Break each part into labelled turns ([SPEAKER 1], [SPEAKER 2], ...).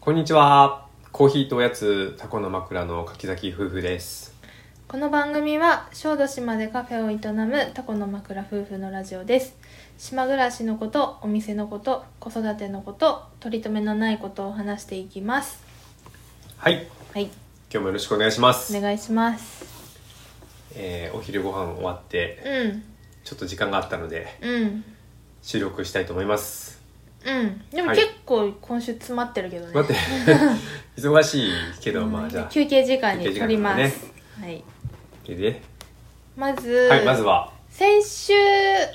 [SPEAKER 1] こんにちは。コーヒーとおやつ、タコの枕の柿崎夫婦です。
[SPEAKER 2] この番組は小豆島でカフェを営むタコの枕夫婦のラジオです島暮らしのことお店のこと子育てのこと取り留めのないことを話していきます
[SPEAKER 1] はい。今
[SPEAKER 2] はい
[SPEAKER 1] 日もよろしくお願いします。
[SPEAKER 2] お願いします
[SPEAKER 1] えーお昼ご飯終わって、
[SPEAKER 2] うん
[SPEAKER 1] ちょっと時間があったので、
[SPEAKER 2] うん
[SPEAKER 1] 収録したいと思います。
[SPEAKER 2] うんでも
[SPEAKER 1] はい
[SPEAKER 2] 結構今週詰まってるけどね、
[SPEAKER 1] 待って、 忙しいけど、
[SPEAKER 2] うん
[SPEAKER 1] まあじゃあ、
[SPEAKER 2] 休憩時間
[SPEAKER 1] 休
[SPEAKER 2] に
[SPEAKER 1] 憩時
[SPEAKER 2] 取
[SPEAKER 1] 間
[SPEAKER 2] ります、
[SPEAKER 1] だね
[SPEAKER 2] はい
[SPEAKER 1] で、
[SPEAKER 2] まず、
[SPEAKER 1] はい、まずは、
[SPEAKER 2] 先週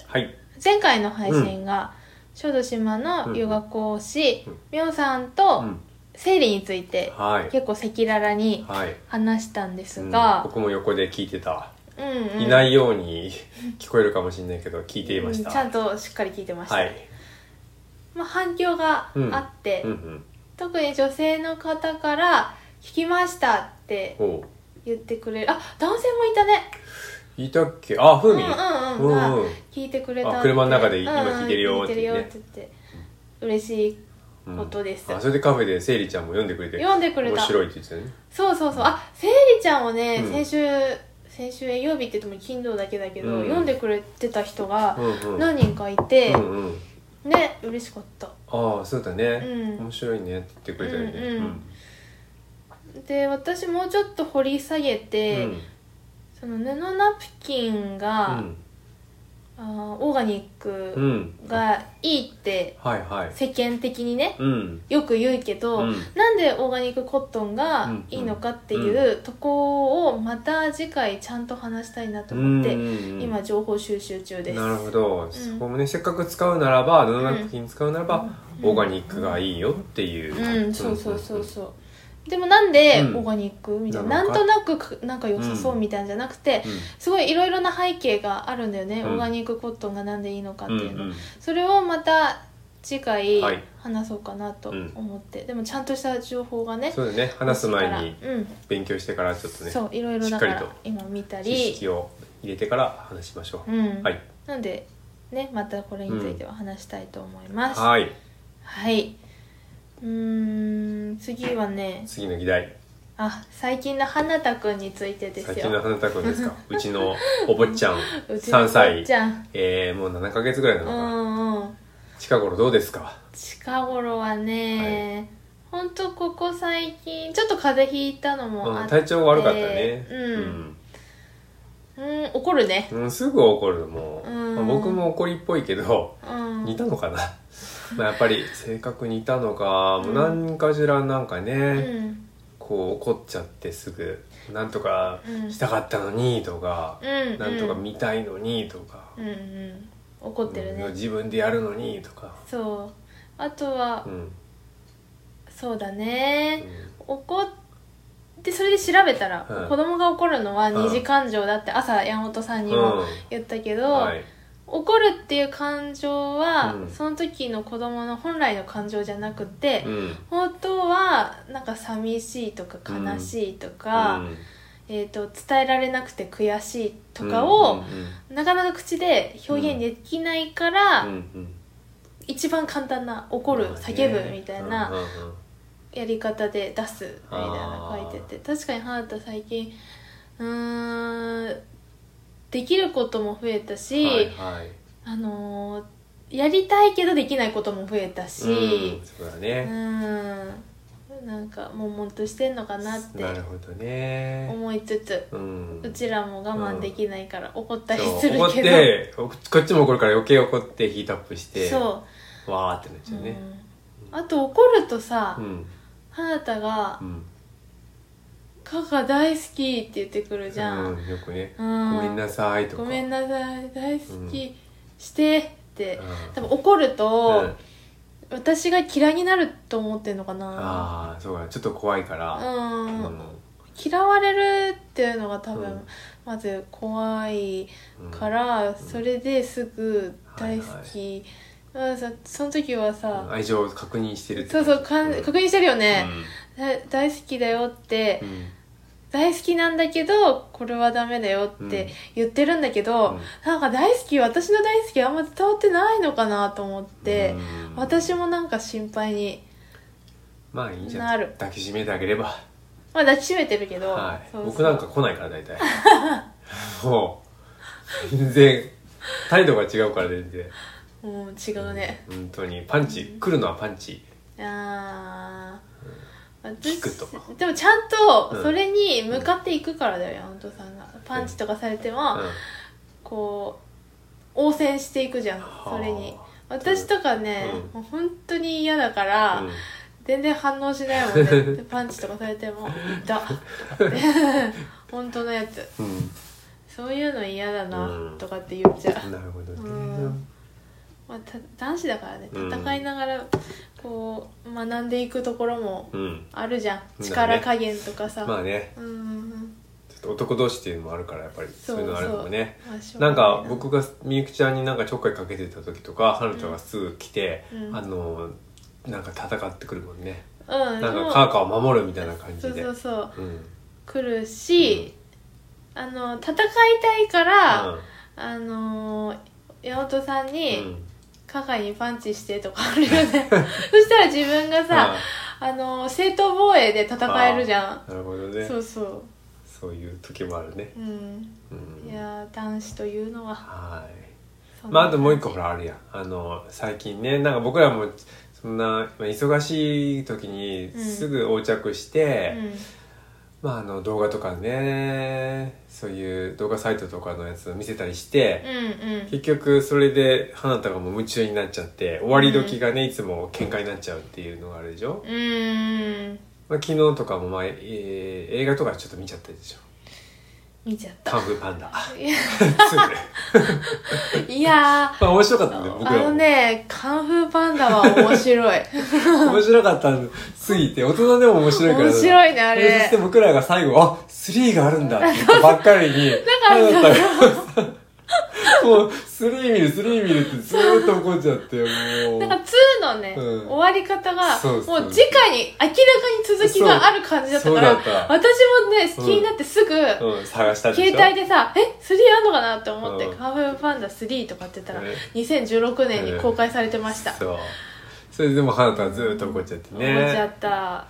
[SPEAKER 1] はい、
[SPEAKER 2] 前回の配信が、小豆島のヨガ講師、
[SPEAKER 1] うん
[SPEAKER 2] みょんさんと
[SPEAKER 1] うん、
[SPEAKER 2] 生理について
[SPEAKER 1] はい、
[SPEAKER 2] 結構赤裸々に
[SPEAKER 1] はい。
[SPEAKER 2] 話したんです
[SPEAKER 1] うん
[SPEAKER 2] が、
[SPEAKER 1] 僕も横で聞いてた。
[SPEAKER 2] うんうん
[SPEAKER 1] いないように 聞こえるかもしれないけど、聞いていまし
[SPEAKER 2] うんちゃ
[SPEAKER 1] た。
[SPEAKER 2] んとしっかり聞いてました、
[SPEAKER 1] はい。
[SPEAKER 2] まあ、反響があって、
[SPEAKER 1] うんうん。
[SPEAKER 2] 特に女性の方から「聞きました」って
[SPEAKER 1] おう
[SPEAKER 2] 言ってくれるあ男性もいたね
[SPEAKER 1] いたっけあ、ふうみ
[SPEAKER 2] うんうんうん、
[SPEAKER 1] うん
[SPEAKER 2] が
[SPEAKER 1] うん
[SPEAKER 2] 聞いてくれた
[SPEAKER 1] あ車の中で今
[SPEAKER 2] うんうん
[SPEAKER 1] 聞いてるよって言
[SPEAKER 2] 聞
[SPEAKER 1] う
[SPEAKER 2] い
[SPEAKER 1] ね
[SPEAKER 2] てるよって言って嬉しい
[SPEAKER 1] うん
[SPEAKER 2] ことです
[SPEAKER 1] あそれでカフェでセイリちゃんも読んでくれて
[SPEAKER 2] 読んでくれた
[SPEAKER 1] 面白いって言ってたね
[SPEAKER 2] そうそうそうあせいりちゃんをね、
[SPEAKER 1] うん
[SPEAKER 2] 先週先週営業日って言っても金土だけだけど、
[SPEAKER 1] うん
[SPEAKER 2] 読んでくれてた人が
[SPEAKER 1] うんうん
[SPEAKER 2] 何人かいて、
[SPEAKER 1] うんうん
[SPEAKER 2] ね嬉しかった
[SPEAKER 1] ああそうだね、
[SPEAKER 2] うん
[SPEAKER 1] 面白いねって言ってくれたよね
[SPEAKER 2] うんうんで私もうちょっと掘り下げて、
[SPEAKER 1] うん
[SPEAKER 2] その布ナプキンが、あーオーガニッ
[SPEAKER 1] う
[SPEAKER 2] ク
[SPEAKER 1] ん
[SPEAKER 2] がいいって
[SPEAKER 1] はいはい
[SPEAKER 2] 世間的にね
[SPEAKER 1] うん
[SPEAKER 2] よく言うけど、
[SPEAKER 1] うん
[SPEAKER 2] なんでオーガニックコットンがいいのかっていうとこをまた次回ちゃんと話したいなと思って、
[SPEAKER 1] うん
[SPEAKER 2] 今情報収集中です。
[SPEAKER 1] なるほど、そこもねせっかく使うならば布ナプキン使うならば、
[SPEAKER 2] うん
[SPEAKER 1] オーガニックがいいよっていう
[SPEAKER 2] うん、そうそうそうそう。でもなんでオ
[SPEAKER 1] うん
[SPEAKER 2] ーガニックみたいな、
[SPEAKER 1] な
[SPEAKER 2] なん
[SPEAKER 1] の
[SPEAKER 2] ん
[SPEAKER 1] か
[SPEAKER 2] となくかなんか良さそうみたいなんじゃなくて、すごいいろいろな背景があるんだよね、
[SPEAKER 1] うん
[SPEAKER 2] オーガニックコットンがなんでいいのかって
[SPEAKER 1] うん
[SPEAKER 2] いうの、
[SPEAKER 1] うん
[SPEAKER 2] それをまた次回
[SPEAKER 1] はい
[SPEAKER 2] 話そうかなと思って、でもちゃんとした情報が
[SPEAKER 1] うん
[SPEAKER 2] ね
[SPEAKER 1] そうだね話す前に
[SPEAKER 2] 欲しいからうん
[SPEAKER 1] 勉強してからちょっとね
[SPEAKER 2] そういろいろだか
[SPEAKER 1] しっ
[SPEAKER 2] ら
[SPEAKER 1] か
[SPEAKER 2] 今見た
[SPEAKER 1] 知
[SPEAKER 2] り
[SPEAKER 1] 識を入れてから話しましょう、
[SPEAKER 2] うん
[SPEAKER 1] はい
[SPEAKER 2] なんでねまたこれについては話したいと思います、はい
[SPEAKER 1] はい、
[SPEAKER 2] うーん次はね
[SPEAKER 1] 次の議題
[SPEAKER 2] あ最近の花田くんについてです
[SPEAKER 1] 最近の
[SPEAKER 2] よ
[SPEAKER 1] 花田くんです かうちのお坊ちゃん
[SPEAKER 2] うちの
[SPEAKER 1] 3歳
[SPEAKER 2] じゃん
[SPEAKER 1] えー、もう7ヶ月ぐらいな
[SPEAKER 2] う
[SPEAKER 1] のかな、
[SPEAKER 2] んうん
[SPEAKER 1] 近頃どうですか
[SPEAKER 2] 近頃はね、ほんとここ最近ちょっと風邪ひいたのも
[SPEAKER 1] うん
[SPEAKER 2] あって、
[SPEAKER 1] 体調悪かったね
[SPEAKER 2] うん、うん怒るね
[SPEAKER 1] うんうんすぐ怒るもう、
[SPEAKER 2] うん
[SPEAKER 1] まあ僕も怒りっぽいけど
[SPEAKER 2] うん
[SPEAKER 1] 似たの かなまあやっぱり性格似たのか、もう何かしらなんかね、
[SPEAKER 2] うん
[SPEAKER 1] こう怒っちゃってすぐなんとかしたかったのにとか、
[SPEAKER 2] うん
[SPEAKER 1] なんとか見たいのにとか、
[SPEAKER 2] うんうん怒ってるね、
[SPEAKER 1] うん自分でやるのにとか、
[SPEAKER 2] そうあとは、
[SPEAKER 1] うん
[SPEAKER 2] そうだ
[SPEAKER 1] う
[SPEAKER 2] ね
[SPEAKER 1] ん
[SPEAKER 2] 怒ってそれで調べたら、
[SPEAKER 1] うん
[SPEAKER 2] 子供が怒るのは
[SPEAKER 1] うん
[SPEAKER 2] 二次感情だって朝山本さんにも言ったけど、
[SPEAKER 1] うんはい
[SPEAKER 2] 怒るっていう感情は、
[SPEAKER 1] うん
[SPEAKER 2] その時の子供の本来の感情じゃなくて、
[SPEAKER 1] うん
[SPEAKER 2] 本当はなんか寂しいとか悲しいとか、
[SPEAKER 1] うん
[SPEAKER 2] えー、と伝えられなくて悔しいとかを、なかなか口で表現できないから、
[SPEAKER 1] うんうん
[SPEAKER 2] 一番簡単な怒る、
[SPEAKER 1] まあね
[SPEAKER 2] 叫ぶみたい
[SPEAKER 1] う
[SPEAKER 2] な
[SPEAKER 1] んうんうん
[SPEAKER 2] やり方で出すみたいなの書いてて確かに花田最近うーんできることも増えたし、
[SPEAKER 1] はいはい
[SPEAKER 2] あのーやりたいけどできないことも増えたし
[SPEAKER 1] うん、そうだ
[SPEAKER 2] う
[SPEAKER 1] ね、
[SPEAKER 2] んなんか悶々としてんのかなって
[SPEAKER 1] なるほどね、
[SPEAKER 2] 思いつつ、
[SPEAKER 1] うん、
[SPEAKER 2] うちらも我慢できないから怒ったり
[SPEAKER 1] そう
[SPEAKER 2] する
[SPEAKER 1] 怒っ
[SPEAKER 2] けど
[SPEAKER 1] てここっちも怒るから余計怒ってヒートアップして
[SPEAKER 2] そう
[SPEAKER 1] わーってなっち
[SPEAKER 2] う、
[SPEAKER 1] ゃうね
[SPEAKER 2] うん、あと怒るとさ、
[SPEAKER 1] うん
[SPEAKER 2] 花田が
[SPEAKER 1] う
[SPEAKER 2] 「
[SPEAKER 1] ん
[SPEAKER 2] カカ大好き」って言ってくるじゃ、
[SPEAKER 1] うんんよくね
[SPEAKER 2] う
[SPEAKER 1] ご
[SPEAKER 2] ん、
[SPEAKER 1] めんなさいとか
[SPEAKER 2] ごめんなさい大好
[SPEAKER 1] う
[SPEAKER 2] きしてって
[SPEAKER 1] うん
[SPEAKER 2] 多分怒ると、
[SPEAKER 1] うん
[SPEAKER 2] 私が嫌いになると思ってんのかな
[SPEAKER 1] ああそうだちょっと怖いから
[SPEAKER 2] う、
[SPEAKER 1] うんん
[SPEAKER 2] 嫌われるっていうのが多分、
[SPEAKER 1] うん
[SPEAKER 2] まず怖い
[SPEAKER 1] うん
[SPEAKER 2] から、それですぐ大好き、うんそその時はさ、
[SPEAKER 1] 愛情を確認してるって
[SPEAKER 2] そうそうかん
[SPEAKER 1] うん
[SPEAKER 2] 確認してるよね、だ大好きだよって、
[SPEAKER 1] うんうん
[SPEAKER 2] 大好きなんだけどこれはダメだよって言ってるんだけど、
[SPEAKER 1] うん
[SPEAKER 2] なんか大好き私の大好きあんま伝わってないのかなと思って、
[SPEAKER 1] うん
[SPEAKER 2] 私もなんか心配に
[SPEAKER 1] まあいいんじゃ
[SPEAKER 2] な
[SPEAKER 1] ない
[SPEAKER 2] る
[SPEAKER 1] 抱きしめてあげれば
[SPEAKER 2] まあ抱きしめてるけど、
[SPEAKER 1] はい
[SPEAKER 2] そうそう
[SPEAKER 1] 僕なんか来ないから大体 もう全然態度が違うから全然
[SPEAKER 2] もう違うね
[SPEAKER 1] 本当にパンチ、来るのはパンチ
[SPEAKER 2] ああ
[SPEAKER 1] 聞くと
[SPEAKER 2] でもちゃんと
[SPEAKER 1] うん
[SPEAKER 2] それに向かっていくからだよ山本さんがパンチとかされても、
[SPEAKER 1] う
[SPEAKER 2] こう応戦していくじゃんそれに
[SPEAKER 1] は
[SPEAKER 2] 私とかね、もう本当に嫌だから、
[SPEAKER 1] んうん
[SPEAKER 2] 全然反応しな いもんねでパンチとかされても「痛っ」って 本当のやつ
[SPEAKER 1] う
[SPEAKER 2] そういうの嫌だ
[SPEAKER 1] う
[SPEAKER 2] なんとかって言っちゃう、
[SPEAKER 1] ん、なるほどね、
[SPEAKER 2] うんまあ、た男子だからね
[SPEAKER 1] うん
[SPEAKER 2] 戦いながらこう学んでいくところも
[SPEAKER 1] うん、
[SPEAKER 2] あるじゃん
[SPEAKER 1] ね
[SPEAKER 2] 力加減とかさ、
[SPEAKER 1] まあね
[SPEAKER 2] うんうん
[SPEAKER 1] ちょっと男同士っていうのもあるからやっぱりそ
[SPEAKER 2] そ
[SPEAKER 1] うういうのあるのもね
[SPEAKER 2] まあしょう
[SPEAKER 1] な
[SPEAKER 2] が
[SPEAKER 1] ん
[SPEAKER 2] い
[SPEAKER 1] か僕がみゆきちゃんになんかちょっかいかけてた時とかはるちゃんがすぐ来て、
[SPEAKER 2] うん
[SPEAKER 1] あのなんか戦ってくるもんね、
[SPEAKER 2] うん
[SPEAKER 1] なん
[SPEAKER 2] で
[SPEAKER 1] か
[SPEAKER 2] も
[SPEAKER 1] カーカーを守るみたいな感
[SPEAKER 2] そ
[SPEAKER 1] じ
[SPEAKER 2] う
[SPEAKER 1] で
[SPEAKER 2] そうそう
[SPEAKER 1] うんうん
[SPEAKER 2] 来るし、あの戦いたいから、あのー、八本さんに、
[SPEAKER 1] うん
[SPEAKER 2] 加害にパンチしてとかあるよね そしたら自分がさ、あのー、正当防衛で戦えるじゃん
[SPEAKER 1] あなるほどねそ
[SPEAKER 2] そううそ
[SPEAKER 1] いう時もあるね
[SPEAKER 2] ううん
[SPEAKER 1] うん
[SPEAKER 2] いやー男子というのは
[SPEAKER 1] はい
[SPEAKER 2] そんな
[SPEAKER 1] まあ、あともう一個ほらあるやんあの最近ねなんか僕らもそんなまあ忙しい時に
[SPEAKER 2] うん
[SPEAKER 1] すぐ横着し
[SPEAKER 2] う
[SPEAKER 1] て、
[SPEAKER 2] ん
[SPEAKER 1] まあ、あの動画とかねそういう動画サイトとかのやつを見せたりして、
[SPEAKER 2] うんうん
[SPEAKER 1] 結局それで花たがもう夢中になっちゃって終わり時がね、いつも喧嘩になっちゃうっていうのがあるでしょ、
[SPEAKER 2] うーん
[SPEAKER 1] まあ、昨日とかも、まあえー映画とかちょっと見ちゃったでしょ
[SPEAKER 2] 見ちゃっ
[SPEAKER 1] 「
[SPEAKER 2] た
[SPEAKER 1] カンフーパンダ」
[SPEAKER 2] いや
[SPEAKER 1] 2で
[SPEAKER 2] いや
[SPEAKER 1] まあ面白かったんで
[SPEAKER 2] ー
[SPEAKER 1] 僕
[SPEAKER 2] あ
[SPEAKER 1] ら
[SPEAKER 2] の
[SPEAKER 1] も、
[SPEAKER 2] ねカンフーパンダは面 白い
[SPEAKER 1] 面白かったすぎて大人でも面白いから
[SPEAKER 2] 面白いねあ
[SPEAKER 1] えーそして
[SPEAKER 2] れ
[SPEAKER 1] 僕らが最後、あ、3があるんだ って言ったばっかりに、
[SPEAKER 2] か ら
[SPEAKER 1] あなたがもう、3見る、3見るってずーっと怒っちゃって、もう。
[SPEAKER 2] なんか2のね、
[SPEAKER 1] うん
[SPEAKER 2] 終わり方が
[SPEAKER 1] そうそう
[SPEAKER 2] もう次回に明らかに続きがある感じだったから
[SPEAKER 1] そうそうだった
[SPEAKER 2] 私もね気になってすぐ、
[SPEAKER 1] うん、探したでしょ
[SPEAKER 2] 携帯でさ「え3あんのかな?」って思って
[SPEAKER 1] う
[SPEAKER 2] 「
[SPEAKER 1] ん
[SPEAKER 2] カンフーパンダ3」とかって言ったら
[SPEAKER 1] ね
[SPEAKER 2] 2016年に公開されてました、
[SPEAKER 1] そう。それでも、花田はずーっと怒っちゃってね。
[SPEAKER 2] 思っちゃった、
[SPEAKER 1] ま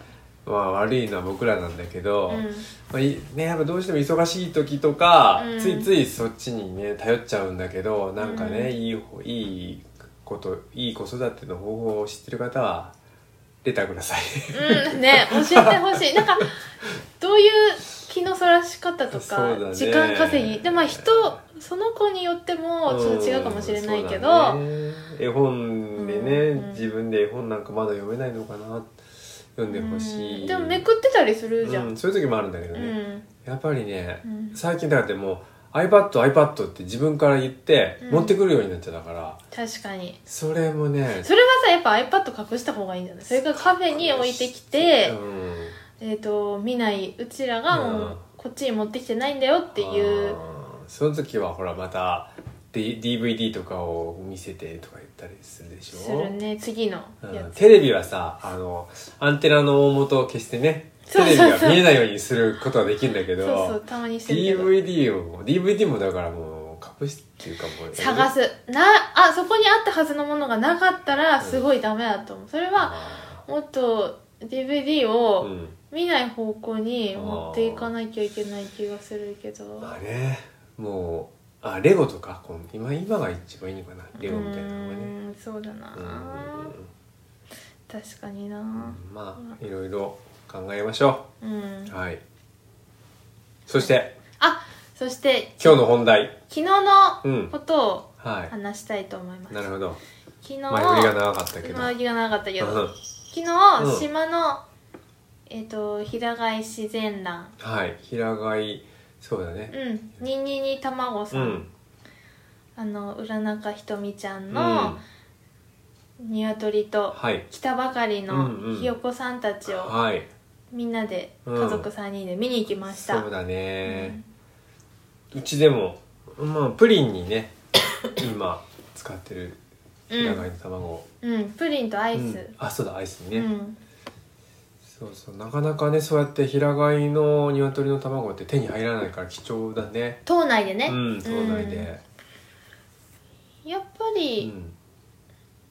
[SPEAKER 1] あ、悪いのは僕らなんだけど、
[SPEAKER 2] うん
[SPEAKER 1] まあ、いね、やっぱどうしても忙しい時とか、
[SPEAKER 2] うん
[SPEAKER 1] ついついそっちにね、頼っちゃうんだけど、なんかね、
[SPEAKER 2] うん
[SPEAKER 1] いい方、いいこと、いい子育ての方法を知ってる方は、レターください。
[SPEAKER 2] うん、ね教えてほしいなんかどういう気のそらし方と
[SPEAKER 1] そ
[SPEAKER 2] か、
[SPEAKER 1] うだね
[SPEAKER 2] 時間稼ぎでまあ人その子によって もちょっと違うかもしれないけど、
[SPEAKER 1] うんそうだね絵本でね、
[SPEAKER 2] うん
[SPEAKER 1] 自分で絵本なんかまだ読めないのかな読んでほしい、
[SPEAKER 2] うんでもめくってたりするじゃ
[SPEAKER 1] うんんそういう時もあるんだけど
[SPEAKER 2] う
[SPEAKER 1] ね、
[SPEAKER 2] ん
[SPEAKER 1] やっぱりね、
[SPEAKER 2] うん
[SPEAKER 1] 最近だからでも iPadiPad って自分から言って
[SPEAKER 2] うん
[SPEAKER 1] 持ってくるようになっちゃったから、
[SPEAKER 2] 確かに
[SPEAKER 1] それもね
[SPEAKER 2] それはさやっぱ iPad 隠した方がいいんじゃないそれからカフェに置いてきて、
[SPEAKER 1] うん
[SPEAKER 2] えー、と見ないうちらがも
[SPEAKER 1] う
[SPEAKER 2] うんこっちに持ってきてないんだよっていう
[SPEAKER 1] あーその時はほらまた D- DVD とかを見せてとか言ったりするでしょ
[SPEAKER 2] するね次のやつ
[SPEAKER 1] テレビはさあのアンテナの大元を消してね
[SPEAKER 2] そ
[SPEAKER 1] テ
[SPEAKER 2] う
[SPEAKER 1] レ
[SPEAKER 2] そう
[SPEAKER 1] ビ
[SPEAKER 2] そう
[SPEAKER 1] が見えないようにすることはできるんだけ
[SPEAKER 2] そ
[SPEAKER 1] ど
[SPEAKER 2] うそうたまにしてるけど
[SPEAKER 1] DVD を DVD もだからもう隠すっていうかもう
[SPEAKER 2] 探
[SPEAKER 1] す
[SPEAKER 2] すなあそこにあったはずのものがなかったらすごいダメだと思うそれは
[SPEAKER 1] は
[SPEAKER 2] もっと DVD
[SPEAKER 1] う
[SPEAKER 2] を
[SPEAKER 1] ん
[SPEAKER 2] 見ない方向に持っていかなきゃいけない気がするけど
[SPEAKER 1] まあねもうあレゴとかこの今今が一番いいのかなレゴみたいなのがね
[SPEAKER 2] うーんそうだな確かにな
[SPEAKER 1] うんまあいろいろ考えましょ
[SPEAKER 2] うん
[SPEAKER 1] うはいそして
[SPEAKER 2] あそして
[SPEAKER 1] 今日の本題
[SPEAKER 2] 昨日の
[SPEAKER 1] うん
[SPEAKER 2] ことを
[SPEAKER 1] は
[SPEAKER 2] 話したいと思います
[SPEAKER 1] いなるほど
[SPEAKER 2] 昨日
[SPEAKER 1] 前振りが長かったけど
[SPEAKER 2] 前振りが長かったけど
[SPEAKER 1] うん
[SPEAKER 2] 昨日、
[SPEAKER 1] うん
[SPEAKER 2] 島のえっ、と平飼い自然欄
[SPEAKER 1] はい平飼いそうだね
[SPEAKER 2] うんニンニニ卵
[SPEAKER 1] う
[SPEAKER 2] さん、
[SPEAKER 1] ん
[SPEAKER 2] あの浦中ひとみちゃ
[SPEAKER 1] うんん
[SPEAKER 2] の鶏と
[SPEAKER 1] はい
[SPEAKER 2] 来たばかり
[SPEAKER 1] うんう
[SPEAKER 2] の
[SPEAKER 1] ん
[SPEAKER 2] ひよこさんたちを
[SPEAKER 1] はい
[SPEAKER 2] みんなで家
[SPEAKER 1] うん
[SPEAKER 2] 族3人で見に行きました、
[SPEAKER 1] そうだねうちでもまあプリンに ね今使ってる平飼いの卵を
[SPEAKER 2] うん、うんプリンとアイス、
[SPEAKER 1] うんあそうだアイスに
[SPEAKER 2] う
[SPEAKER 1] ね
[SPEAKER 2] ん
[SPEAKER 1] そうそうなかなかねそうやって平飼いの鶏の卵って手に入らないから貴重だね
[SPEAKER 2] 島内でね、
[SPEAKER 1] うんそうないで
[SPEAKER 2] やっぱ
[SPEAKER 1] う
[SPEAKER 2] り、
[SPEAKER 1] ん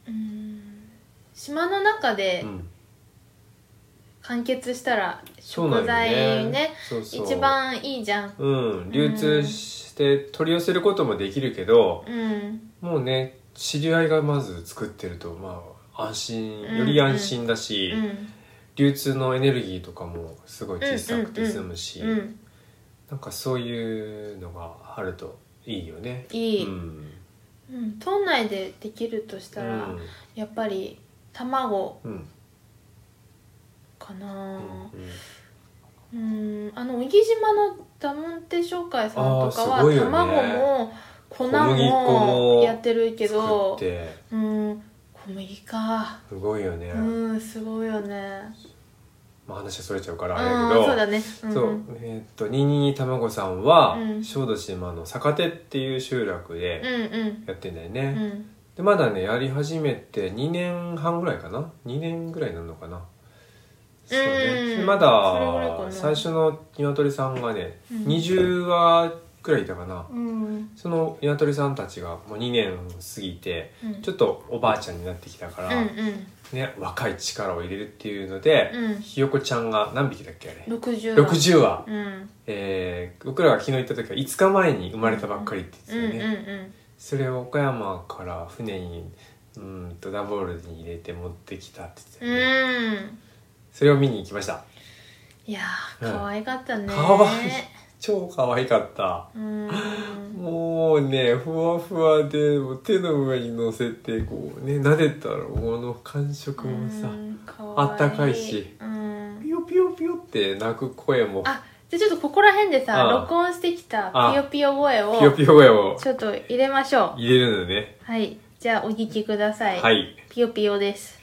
[SPEAKER 2] うん島の中で
[SPEAKER 1] うん
[SPEAKER 2] 完結したら
[SPEAKER 1] そうな
[SPEAKER 2] 食
[SPEAKER 1] ん
[SPEAKER 2] 材ね
[SPEAKER 1] よねそうそう
[SPEAKER 2] 一番いいじゃん
[SPEAKER 1] うん流通して取り寄せることもできるけど、
[SPEAKER 2] うん
[SPEAKER 1] もうね知り合いがまず作ってるとまあ安心
[SPEAKER 2] うん
[SPEAKER 1] より安心だし、
[SPEAKER 2] うん
[SPEAKER 1] 流通のエネルギーとかもすごい小さくて済むし、
[SPEAKER 2] うん
[SPEAKER 1] なんかそういうのがあるといいよね。
[SPEAKER 2] いい、
[SPEAKER 1] うん
[SPEAKER 2] うん、島内でできるとしたら、
[SPEAKER 1] うん
[SPEAKER 2] やっぱり卵
[SPEAKER 1] うん
[SPEAKER 2] か
[SPEAKER 1] う
[SPEAKER 2] なんうんあの小木島のダムンテ商会さ
[SPEAKER 1] あ
[SPEAKER 2] んとか
[SPEAKER 1] ーすご
[SPEAKER 2] はい
[SPEAKER 1] よね
[SPEAKER 2] 卵も
[SPEAKER 1] 小
[SPEAKER 2] 粉
[SPEAKER 1] 麦粉
[SPEAKER 2] も
[SPEAKER 1] も
[SPEAKER 2] やってるけ
[SPEAKER 1] 作っ
[SPEAKER 2] ど
[SPEAKER 1] て
[SPEAKER 2] うん小麦か
[SPEAKER 1] すごいよね、
[SPEAKER 2] うんすごいよね
[SPEAKER 1] まあ話はそれちゃうか
[SPEAKER 2] う
[SPEAKER 1] ら
[SPEAKER 2] ん
[SPEAKER 1] あれやけど
[SPEAKER 2] そうだねうん
[SPEAKER 1] そうえーっとニーニーたまごさんは、
[SPEAKER 2] うん
[SPEAKER 1] 小豆島の坂手っていう集落
[SPEAKER 2] う
[SPEAKER 1] で
[SPEAKER 2] んうん
[SPEAKER 1] やってんだよ
[SPEAKER 2] う
[SPEAKER 1] ね、
[SPEAKER 2] ん
[SPEAKER 1] でまだねやり始めて2年半ぐらいかな2年ぐらいになるのかなそうね
[SPEAKER 2] うん
[SPEAKER 1] ま
[SPEAKER 2] それぐらいかな
[SPEAKER 1] だ最初の鶏さんがね、
[SPEAKER 2] うん
[SPEAKER 1] 20羽くらいいたかな
[SPEAKER 2] うん
[SPEAKER 1] その鶏さんたちがもう2年過ぎて
[SPEAKER 2] うん
[SPEAKER 1] ちょっとおばあちゃんになってきたから、
[SPEAKER 2] うんうん
[SPEAKER 1] ね、若い力を入れるっていうので、
[SPEAKER 2] うん
[SPEAKER 1] ひよこちゃんが何匹だっけあれ
[SPEAKER 2] 60
[SPEAKER 1] 60羽、
[SPEAKER 2] うん
[SPEAKER 1] えー僕らが昨日行った時は5日前に生まれたばっかりって
[SPEAKER 2] うん
[SPEAKER 1] 言ってたよね、
[SPEAKER 2] うん
[SPEAKER 1] それを岡山から船にうーんとダンボールに入れて持ってきたって
[SPEAKER 2] う
[SPEAKER 1] 言ってたよね、
[SPEAKER 2] んうん
[SPEAKER 1] それを見に行きました
[SPEAKER 2] いやー可愛かったね
[SPEAKER 1] 可愛い超可愛かった
[SPEAKER 2] うん
[SPEAKER 1] もうねふわふわでもう手の上に乗せてこうね撫でたらこの感触もさ、
[SPEAKER 2] うん可愛
[SPEAKER 1] あったかいし
[SPEAKER 2] うん
[SPEAKER 1] ピヨピヨピヨって鳴く声も
[SPEAKER 2] あじゃあちょっとここら辺でさ
[SPEAKER 1] ああ
[SPEAKER 2] 録音してきた
[SPEAKER 1] ああ
[SPEAKER 2] ピヨピヨ声を
[SPEAKER 1] ピヨピヨ声を
[SPEAKER 2] ちょっと入れましょう
[SPEAKER 1] 入れるのね
[SPEAKER 2] はいじゃあお聞きください、
[SPEAKER 1] はい
[SPEAKER 2] ピヨピヨです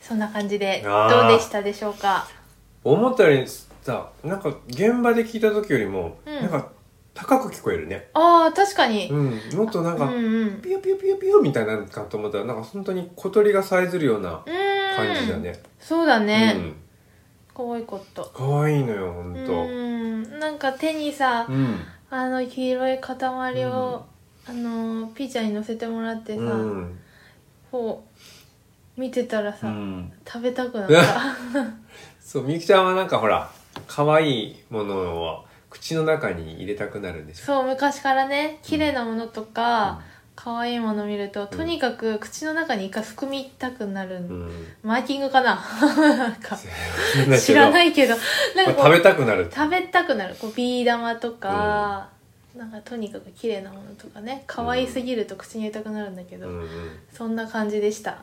[SPEAKER 2] そんな感じで
[SPEAKER 1] あ
[SPEAKER 2] ど
[SPEAKER 1] あ
[SPEAKER 2] うでしたでしょうか
[SPEAKER 1] 思ったよりさなんか現場で聞いた時よりも、
[SPEAKER 2] うん
[SPEAKER 1] なんか高く聞こえるね、
[SPEAKER 2] ああ確かに、
[SPEAKER 1] うん、もっとなん
[SPEAKER 2] う
[SPEAKER 1] か、
[SPEAKER 2] んうん
[SPEAKER 1] ピヨピヨピヨピヨみたいなのかと思ったらなんか本当に小鳥がさえずるような
[SPEAKER 2] うーん
[SPEAKER 1] 感じだね、
[SPEAKER 2] そうだね、
[SPEAKER 1] うん、
[SPEAKER 2] 可愛かった
[SPEAKER 1] かわいいのよほ
[SPEAKER 2] うん
[SPEAKER 1] と
[SPEAKER 2] んなんか手にさ、
[SPEAKER 1] うん
[SPEAKER 2] あの黄色い塊を、あのピーちゃんに乗せてもらってさ、
[SPEAKER 1] うん、
[SPEAKER 2] こう見てたらさ、
[SPEAKER 1] うん、
[SPEAKER 2] 食べたくなった
[SPEAKER 1] そうみゆきちゃんはなんかほら可愛いものを口の中に入れたくなるんでしょ
[SPEAKER 2] そう昔からね綺麗なものとか、可愛いもの見るととにかく口の中に一回含みたくなる、
[SPEAKER 1] うん、
[SPEAKER 2] マーキングかな なんか
[SPEAKER 1] うん、
[SPEAKER 2] 知ら
[SPEAKER 1] い
[SPEAKER 2] ないけど なんかこ
[SPEAKER 1] 食べ
[SPEAKER 2] う
[SPEAKER 1] たくなる
[SPEAKER 2] 食べたくなるこうビー玉とか、なんかとにかく綺麗なものとかね可愛すぎると口に入れたくなるんだけど、
[SPEAKER 1] うんうん
[SPEAKER 2] そんな感じでした。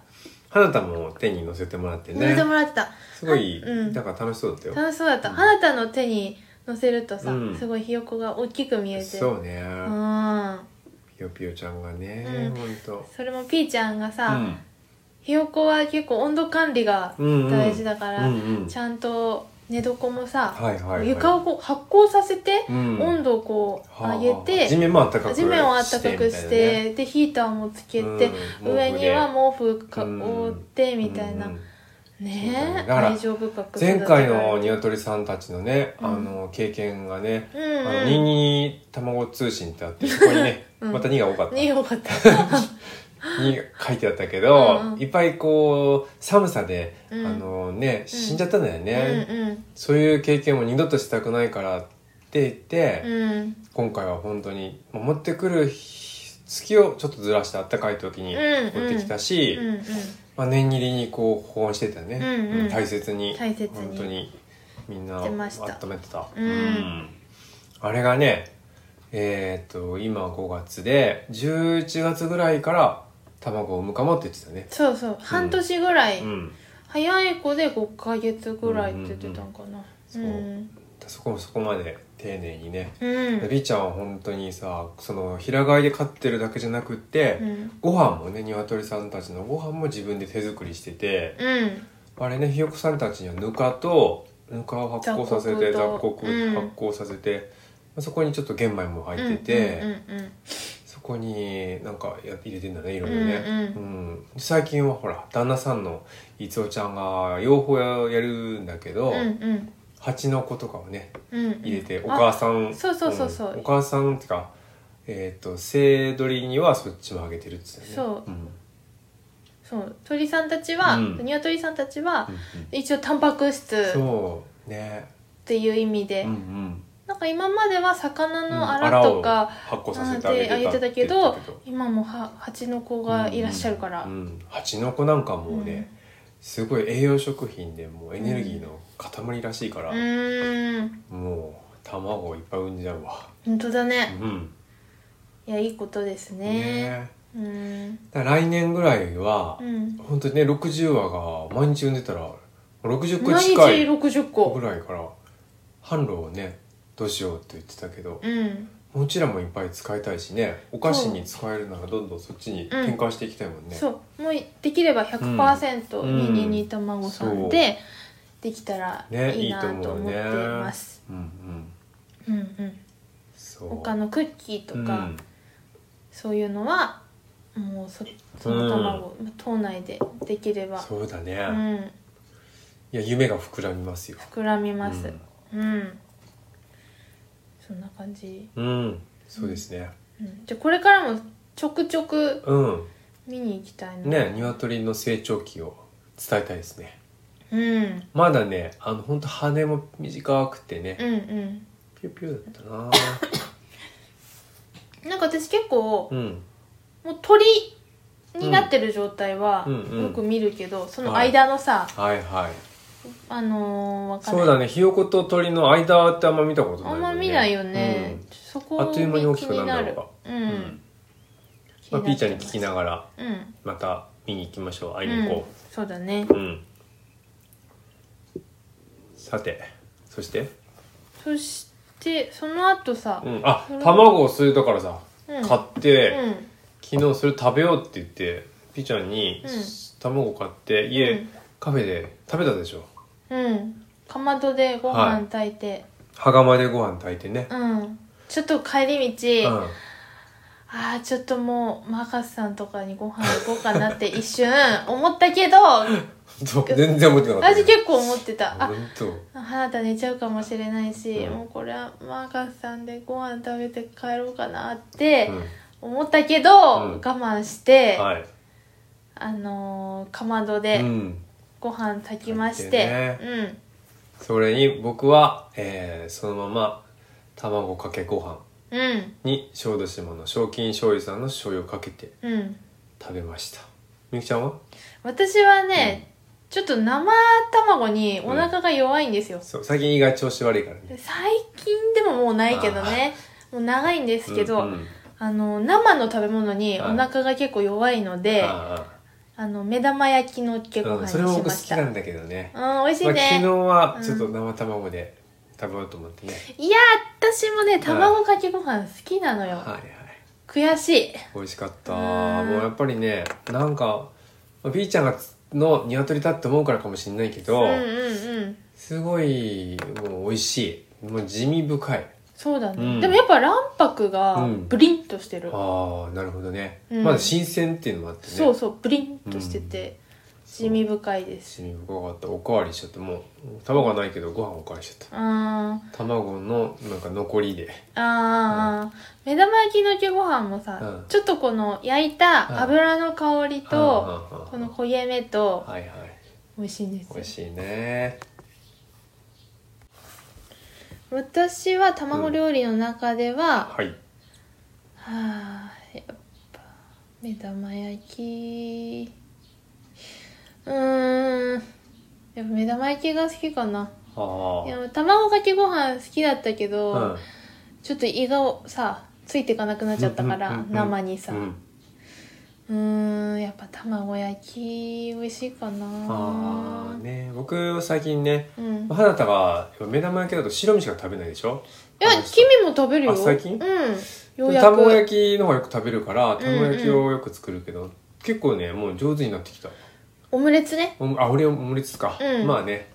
[SPEAKER 1] 花田も手に乗せてもらって
[SPEAKER 2] 乗せ
[SPEAKER 1] ね
[SPEAKER 2] てもらった。
[SPEAKER 1] すごい、
[SPEAKER 2] うん
[SPEAKER 1] だから楽しそうだったよ
[SPEAKER 2] 楽しそうだった。
[SPEAKER 1] うん
[SPEAKER 2] 花田の手に乗せるとさ、
[SPEAKER 1] うん
[SPEAKER 2] すごいひよこが大きく見えて。
[SPEAKER 1] そうね、
[SPEAKER 2] うん。
[SPEAKER 1] ピヨピヨちゃんがね、
[SPEAKER 2] うん
[SPEAKER 1] ほんと
[SPEAKER 2] それもピーちゃんが
[SPEAKER 1] う
[SPEAKER 2] さ、
[SPEAKER 1] ん
[SPEAKER 2] ひよこは結構温度管理が
[SPEAKER 1] うんうん
[SPEAKER 2] 大事だから、
[SPEAKER 1] うんうん
[SPEAKER 2] ちゃんと寝床もさ、
[SPEAKER 1] はいはいはい、
[SPEAKER 2] 床をこう発酵させて、
[SPEAKER 1] うん
[SPEAKER 2] 温度をこう
[SPEAKER 1] はあ
[SPEAKER 2] 上げて、
[SPEAKER 1] 地面も暖かくして
[SPEAKER 2] 地面を暖かくし
[SPEAKER 1] みたいなね
[SPEAKER 2] て、でヒーターもつけて、
[SPEAKER 1] うん
[SPEAKER 2] 上には毛布か
[SPEAKER 1] うん
[SPEAKER 2] 覆ってみたいな、
[SPEAKER 1] うんそうだ
[SPEAKER 2] ね
[SPEAKER 1] ねだから
[SPEAKER 2] 愛情深く育てられ
[SPEAKER 1] 前
[SPEAKER 2] て
[SPEAKER 1] 回のニワトリさんたちのね、
[SPEAKER 2] うん
[SPEAKER 1] あの経験がね、
[SPEAKER 2] うんうん
[SPEAKER 1] あのニーニー卵通信ってあってそこにね、
[SPEAKER 2] うん
[SPEAKER 1] また2が多かった
[SPEAKER 2] ね
[SPEAKER 1] 2
[SPEAKER 2] よかった。
[SPEAKER 1] 書いてあったけど、
[SPEAKER 2] うんうん
[SPEAKER 1] いっぱいこう寒さで、
[SPEAKER 2] うん
[SPEAKER 1] あのね死んじゃったんだよね、
[SPEAKER 2] うん
[SPEAKER 1] そういう経験も二度としたくないからって言って、
[SPEAKER 2] うんうん
[SPEAKER 1] 今回は本当にまあ持ってくる日月をちょっとずらして暖かい時に
[SPEAKER 2] うん
[SPEAKER 1] 持
[SPEAKER 2] うん
[SPEAKER 1] ってきたし、
[SPEAKER 2] うんうん
[SPEAKER 1] まあ、念入りにこう保温してたよね、
[SPEAKER 2] うんうん
[SPEAKER 1] 大切に
[SPEAKER 2] 大切に
[SPEAKER 1] 本当にみんな
[SPEAKER 2] して
[SPEAKER 1] 温め
[SPEAKER 2] ま
[SPEAKER 1] て
[SPEAKER 2] した
[SPEAKER 1] た
[SPEAKER 2] うん
[SPEAKER 1] あれがねえーっと今5月で11月ぐらいから卵を産むかもって言ってたね、
[SPEAKER 2] そうそう半年ぐらい、
[SPEAKER 1] うん、
[SPEAKER 2] 早い子で5ヶ月ぐらいって出たんかなう
[SPEAKER 1] うんん
[SPEAKER 2] う
[SPEAKER 1] うん
[SPEAKER 2] ん
[SPEAKER 1] そこもそこまで丁寧にね
[SPEAKER 2] うん
[SPEAKER 1] ビーちゃんは本当にさその平飼いで飼ってるだけじゃなくって、
[SPEAKER 2] うん
[SPEAKER 1] ご飯もね鶏さんたちのご飯も自分で手作りしてて、あれねひよこさんたちにはぬかとぬかを発酵させて
[SPEAKER 2] 雑
[SPEAKER 1] 雑
[SPEAKER 2] 穀
[SPEAKER 1] 穀
[SPEAKER 2] と
[SPEAKER 1] 発
[SPEAKER 2] うん
[SPEAKER 1] 酵させて、まあそこにちょっと玄米も入ってて、
[SPEAKER 2] うんうん
[SPEAKER 1] そこになんかや入れてんだねいろいろね、
[SPEAKER 2] う
[SPEAKER 1] うん最近はほら旦那さんのいつおちゃんが養蜂ややるんだけど、
[SPEAKER 2] うんうん
[SPEAKER 1] 蜂の子とかをね
[SPEAKER 2] うんうん
[SPEAKER 1] 入れて、お
[SPEAKER 2] あ
[SPEAKER 1] 母さん
[SPEAKER 2] そうそうそうそうん
[SPEAKER 1] お母さんってかえっ、と生鳥にはそっちもあげてるっつってたよね
[SPEAKER 2] そうそう鳥さんたちは、
[SPEAKER 1] うん
[SPEAKER 2] 鶏さんたちは、
[SPEAKER 1] んうん
[SPEAKER 2] 一応タンパク質
[SPEAKER 1] うん
[SPEAKER 2] っ
[SPEAKER 1] そうね
[SPEAKER 2] ていう意味で、
[SPEAKER 1] うんうん
[SPEAKER 2] なんか今までは魚
[SPEAKER 1] うん
[SPEAKER 2] のアラと
[SPEAKER 1] を
[SPEAKER 2] か、
[SPEAKER 1] 発酵さ
[SPEAKER 2] な
[SPEAKER 1] せ
[SPEAKER 2] ん
[SPEAKER 1] てあげて
[SPEAKER 2] で
[SPEAKER 1] た
[SPEAKER 2] あげてた
[SPEAKER 1] って言
[SPEAKER 2] け
[SPEAKER 1] って
[SPEAKER 2] ど
[SPEAKER 1] たけど
[SPEAKER 2] 今もは蜂の子がいらっしゃるから、
[SPEAKER 1] うん、蜂の子なんかもうね、すごい栄養食品でもうエネルギーの塊らしいから、
[SPEAKER 2] うんうーん
[SPEAKER 1] もう卵をいっぱい産んじゃうわ
[SPEAKER 2] 本当だね、
[SPEAKER 1] うん
[SPEAKER 2] いやいいことですね
[SPEAKER 1] ね
[SPEAKER 2] うん
[SPEAKER 1] だから来年ぐらいは
[SPEAKER 2] う、ん
[SPEAKER 1] 本当にね60話が毎日産んでたら60個
[SPEAKER 2] 毎日
[SPEAKER 1] 近い
[SPEAKER 2] 60
[SPEAKER 1] ぐ
[SPEAKER 2] 個
[SPEAKER 1] らいから販路をねどうしようって言ってたけど
[SPEAKER 2] うん
[SPEAKER 1] うちらもいっぱい使いたいしねお菓子に使えるならどんどんそっちに転換していきたいもんね、
[SPEAKER 2] そうもうできれば100%
[SPEAKER 1] うん
[SPEAKER 2] ににに卵さんでできたら
[SPEAKER 1] ね
[SPEAKER 2] いいない
[SPEAKER 1] いと思
[SPEAKER 2] と思
[SPEAKER 1] う
[SPEAKER 2] っ
[SPEAKER 1] ね
[SPEAKER 2] ています、
[SPEAKER 1] うんうん
[SPEAKER 2] うんうん
[SPEAKER 1] そう
[SPEAKER 2] 他のクッキーとか、そういうのはもうそその卵、島内でできれ
[SPEAKER 1] うん、
[SPEAKER 2] ば
[SPEAKER 1] そうだね、
[SPEAKER 2] う
[SPEAKER 1] いや
[SPEAKER 2] ん
[SPEAKER 1] 夢が膨らみますよ
[SPEAKER 2] 膨らみます
[SPEAKER 1] うん
[SPEAKER 2] うん、そんな感じ、
[SPEAKER 1] うんそうですね
[SPEAKER 2] うん、じゃあこれからもちょくちょく
[SPEAKER 1] うん
[SPEAKER 2] 見に行きたいな
[SPEAKER 1] ね鶏の成長期を伝えたいですね
[SPEAKER 2] うんうん
[SPEAKER 1] まだねあの本当羽も短くてね、
[SPEAKER 2] うん
[SPEAKER 1] ピュピュだったな
[SPEAKER 2] なんか私結構
[SPEAKER 1] うん
[SPEAKER 2] もう鳥になってる状態は
[SPEAKER 1] うんうんうん
[SPEAKER 2] よく見るけど、その間のさ、
[SPEAKER 1] はいはい
[SPEAKER 2] あのー、分かんな
[SPEAKER 1] そ
[SPEAKER 2] い
[SPEAKER 1] だ
[SPEAKER 2] う
[SPEAKER 1] ねひよこと鳥の間ってあんま見たことない
[SPEAKER 2] あ
[SPEAKER 1] も
[SPEAKER 2] ん
[SPEAKER 1] ね
[SPEAKER 2] ま見ないよね、
[SPEAKER 1] うん
[SPEAKER 2] そこ
[SPEAKER 1] あっという間に大きくなるんだろうが
[SPEAKER 2] 気になるうん、
[SPEAKER 1] まあ、ピーちゃんに聞きな
[SPEAKER 2] が
[SPEAKER 1] がら
[SPEAKER 2] らうん、
[SPEAKER 1] また見に行きましょう会いに行こ
[SPEAKER 2] うんそうだね
[SPEAKER 1] ううん、さてそして、
[SPEAKER 2] そしてその後さ
[SPEAKER 1] う、ん、あ
[SPEAKER 2] それ
[SPEAKER 1] 卵をそれだからさ、
[SPEAKER 2] うん
[SPEAKER 1] 買って、
[SPEAKER 2] うん
[SPEAKER 1] 昨日それ食べようって言ってピーちゃんに、
[SPEAKER 2] うん
[SPEAKER 1] 卵買って家、
[SPEAKER 2] うん
[SPEAKER 1] カフェで食べたでしょ
[SPEAKER 2] うんかまどでご
[SPEAKER 1] は
[SPEAKER 2] 飯
[SPEAKER 1] い
[SPEAKER 2] 炊いて、
[SPEAKER 1] 羽釜でご飯炊いてね、
[SPEAKER 2] うんちょっと帰り
[SPEAKER 1] う
[SPEAKER 2] 道、
[SPEAKER 1] ん
[SPEAKER 2] ああちょっともうマーカスさんとかにご飯行こうかなって一瞬思ったけど
[SPEAKER 1] そう全然覚えてなかった
[SPEAKER 2] 私結構思ってたあ
[SPEAKER 1] 本当
[SPEAKER 2] 花田寝ちゃうかもしれないし、
[SPEAKER 1] うん
[SPEAKER 2] もうこれはマーカスさんでご飯食べて帰ろうかなって
[SPEAKER 1] う
[SPEAKER 2] 思ったけど、
[SPEAKER 1] うん
[SPEAKER 2] 我慢して、
[SPEAKER 1] ん、はい
[SPEAKER 2] あのーかまどで
[SPEAKER 1] うん、
[SPEAKER 2] ご飯炊きまし
[SPEAKER 1] 炊い
[SPEAKER 2] て、
[SPEAKER 1] てそれに僕は、えーそのまま卵かけご飯
[SPEAKER 2] うんうん
[SPEAKER 1] に小豆島の賞金醤油さんの醤油をかけて
[SPEAKER 2] うん
[SPEAKER 1] 食べましたみゆきちゃんは
[SPEAKER 2] 私はね、ちょっと生卵にお腹が弱いんですよ、
[SPEAKER 1] そう最近胃が調子悪いからね
[SPEAKER 2] 最近でももうないけどねもう長いんですけど、
[SPEAKER 1] うんうん
[SPEAKER 2] あの生の食べ物にお腹が結構弱いので、
[SPEAKER 1] あ
[SPEAKER 2] あの目玉焼きのっけ
[SPEAKER 1] あ
[SPEAKER 2] ご飯
[SPEAKER 1] うん
[SPEAKER 2] に
[SPEAKER 1] それも
[SPEAKER 2] し
[SPEAKER 1] 僕
[SPEAKER 2] ま
[SPEAKER 1] 好
[SPEAKER 2] し
[SPEAKER 1] き
[SPEAKER 2] た、
[SPEAKER 1] なんだけどね
[SPEAKER 2] うん、美味しい
[SPEAKER 1] まあ、昨日
[SPEAKER 2] ね。
[SPEAKER 1] はちょっと生卵で食べようと思ってね、
[SPEAKER 2] いや、私もね、卵かけご飯好きなのよ。
[SPEAKER 1] はいはい
[SPEAKER 2] 悔しい。
[SPEAKER 1] 美味しかった
[SPEAKER 2] うん
[SPEAKER 1] もうやっぱりねなんかまあピーちゃんがの鶏だって思うからかもしれないけ
[SPEAKER 2] う
[SPEAKER 1] ど、
[SPEAKER 2] んうんうん。
[SPEAKER 1] すごいもう美味しいもう地味深い
[SPEAKER 2] そうだね。
[SPEAKER 1] うん
[SPEAKER 2] でもやっぱ卵白が
[SPEAKER 1] うん
[SPEAKER 2] ブリンとしてる。
[SPEAKER 1] ああなるほどね、
[SPEAKER 2] うん
[SPEAKER 1] まだ新鮮っていうのもあってね
[SPEAKER 2] そうそう、ブリンとしてて、地味深いです。
[SPEAKER 1] 地味深かったおかわりしちゃってもう卵はないけどご飯おかわりしちゃっ
[SPEAKER 2] あー
[SPEAKER 1] た卵のなんか残りで
[SPEAKER 2] あー、目玉焼きのっけご飯もさ、
[SPEAKER 1] うん
[SPEAKER 2] ちょっとこの焼いた油の香りと、
[SPEAKER 1] は
[SPEAKER 2] この焦げ目と
[SPEAKER 1] はいはい
[SPEAKER 2] 美味しいんですよ
[SPEAKER 1] 美味しいね
[SPEAKER 2] 私は卵料理の中では、
[SPEAKER 1] はい
[SPEAKER 2] はあやっぱ目玉焼きうーんやっぱ目玉焼きが好きかな
[SPEAKER 1] あ
[SPEAKER 2] いや卵かけご飯好きだったけど、
[SPEAKER 1] あ
[SPEAKER 2] ちょっと胃がさついていかなくなっちゃったから、
[SPEAKER 1] うんうんうんうん
[SPEAKER 2] 生にさ
[SPEAKER 1] う
[SPEAKER 2] うんーんやっぱ卵焼き美味しいかな
[SPEAKER 1] ああね僕最近ね
[SPEAKER 2] うん、い
[SPEAKER 1] 花田が目玉焼きだと白身しか食べないでしょ
[SPEAKER 2] や
[SPEAKER 1] あの人
[SPEAKER 2] 君も食べるよ
[SPEAKER 1] あ最近
[SPEAKER 2] うんようやく
[SPEAKER 1] 卵焼きの方がよく食べるから
[SPEAKER 2] うんうん
[SPEAKER 1] 卵焼きをよく作るけど、結構ねもう上手になってきた
[SPEAKER 2] オムレツね
[SPEAKER 1] オムあ俺オムレツか、
[SPEAKER 2] うん
[SPEAKER 1] まあね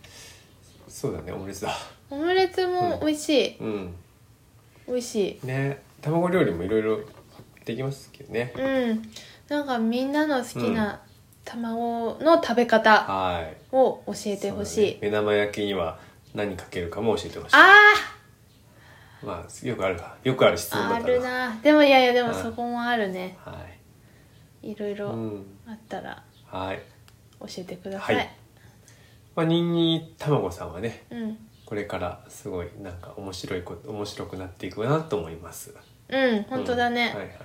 [SPEAKER 1] そうだねオムレツだ
[SPEAKER 2] オムレツも美味しい、
[SPEAKER 1] うん
[SPEAKER 2] 美味しい
[SPEAKER 1] ね卵料理もいろいろできますけどね
[SPEAKER 2] うん、なんかみんなの好きな卵の食べ方
[SPEAKER 1] はい
[SPEAKER 2] を教えてほし
[SPEAKER 1] そ
[SPEAKER 2] い、
[SPEAKER 1] うだね目玉焼きには何かけるかも教えてほしい
[SPEAKER 2] あ
[SPEAKER 1] まあよくあるかよくある質問
[SPEAKER 2] あ
[SPEAKER 1] だ
[SPEAKER 2] あ
[SPEAKER 1] った
[SPEAKER 2] る
[SPEAKER 1] な
[SPEAKER 2] なでもいやいやでも
[SPEAKER 1] うん
[SPEAKER 2] そこもあるね
[SPEAKER 1] はい
[SPEAKER 2] いろいうろ
[SPEAKER 1] ん
[SPEAKER 2] あったら
[SPEAKER 1] はい、
[SPEAKER 2] 教えてください、
[SPEAKER 1] はいまあ、ニンニたまごさんはね
[SPEAKER 2] うん
[SPEAKER 1] これからすごいなんか面白いこと面白くなっていくなと思います
[SPEAKER 2] うん本当だね、
[SPEAKER 1] うんはいはい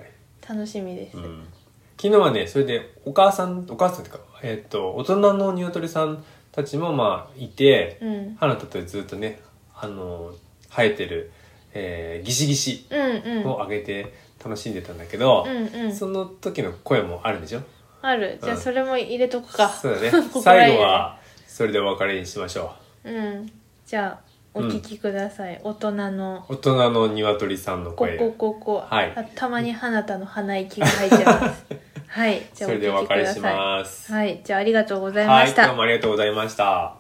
[SPEAKER 2] 楽しみです、
[SPEAKER 1] うん昨日はねそれでお母さんお母さんっていうか、えっと大人の鶏さんたちもまあいて、
[SPEAKER 2] うん、
[SPEAKER 1] 花田とずっとねあの生えてる、えーギシギシ
[SPEAKER 2] うんうん
[SPEAKER 1] をあげて楽しんでたんだけど
[SPEAKER 2] う、んうん
[SPEAKER 1] その時の声もあるんでしょ
[SPEAKER 2] あるじゃあ
[SPEAKER 1] うん
[SPEAKER 2] それも入れとくか、
[SPEAKER 1] そうだね
[SPEAKER 2] ここらへん
[SPEAKER 1] 最後はそれでお別れにしましょ
[SPEAKER 2] うんじゃあお聞きください、大人の
[SPEAKER 1] う大人の鶏さんの
[SPEAKER 2] こ
[SPEAKER 1] 声
[SPEAKER 2] こここ、
[SPEAKER 1] はい
[SPEAKER 2] あたまに花田の鼻息が入ってます はいじ
[SPEAKER 1] そ
[SPEAKER 2] ゃあお
[SPEAKER 1] れでお別
[SPEAKER 2] 聞きく
[SPEAKER 1] れ
[SPEAKER 2] だ
[SPEAKER 1] し
[SPEAKER 2] さい
[SPEAKER 1] ます
[SPEAKER 2] はいじゃあありがとうござい
[SPEAKER 1] は
[SPEAKER 2] ま
[SPEAKER 1] い
[SPEAKER 2] した、
[SPEAKER 1] どうもありがとうございました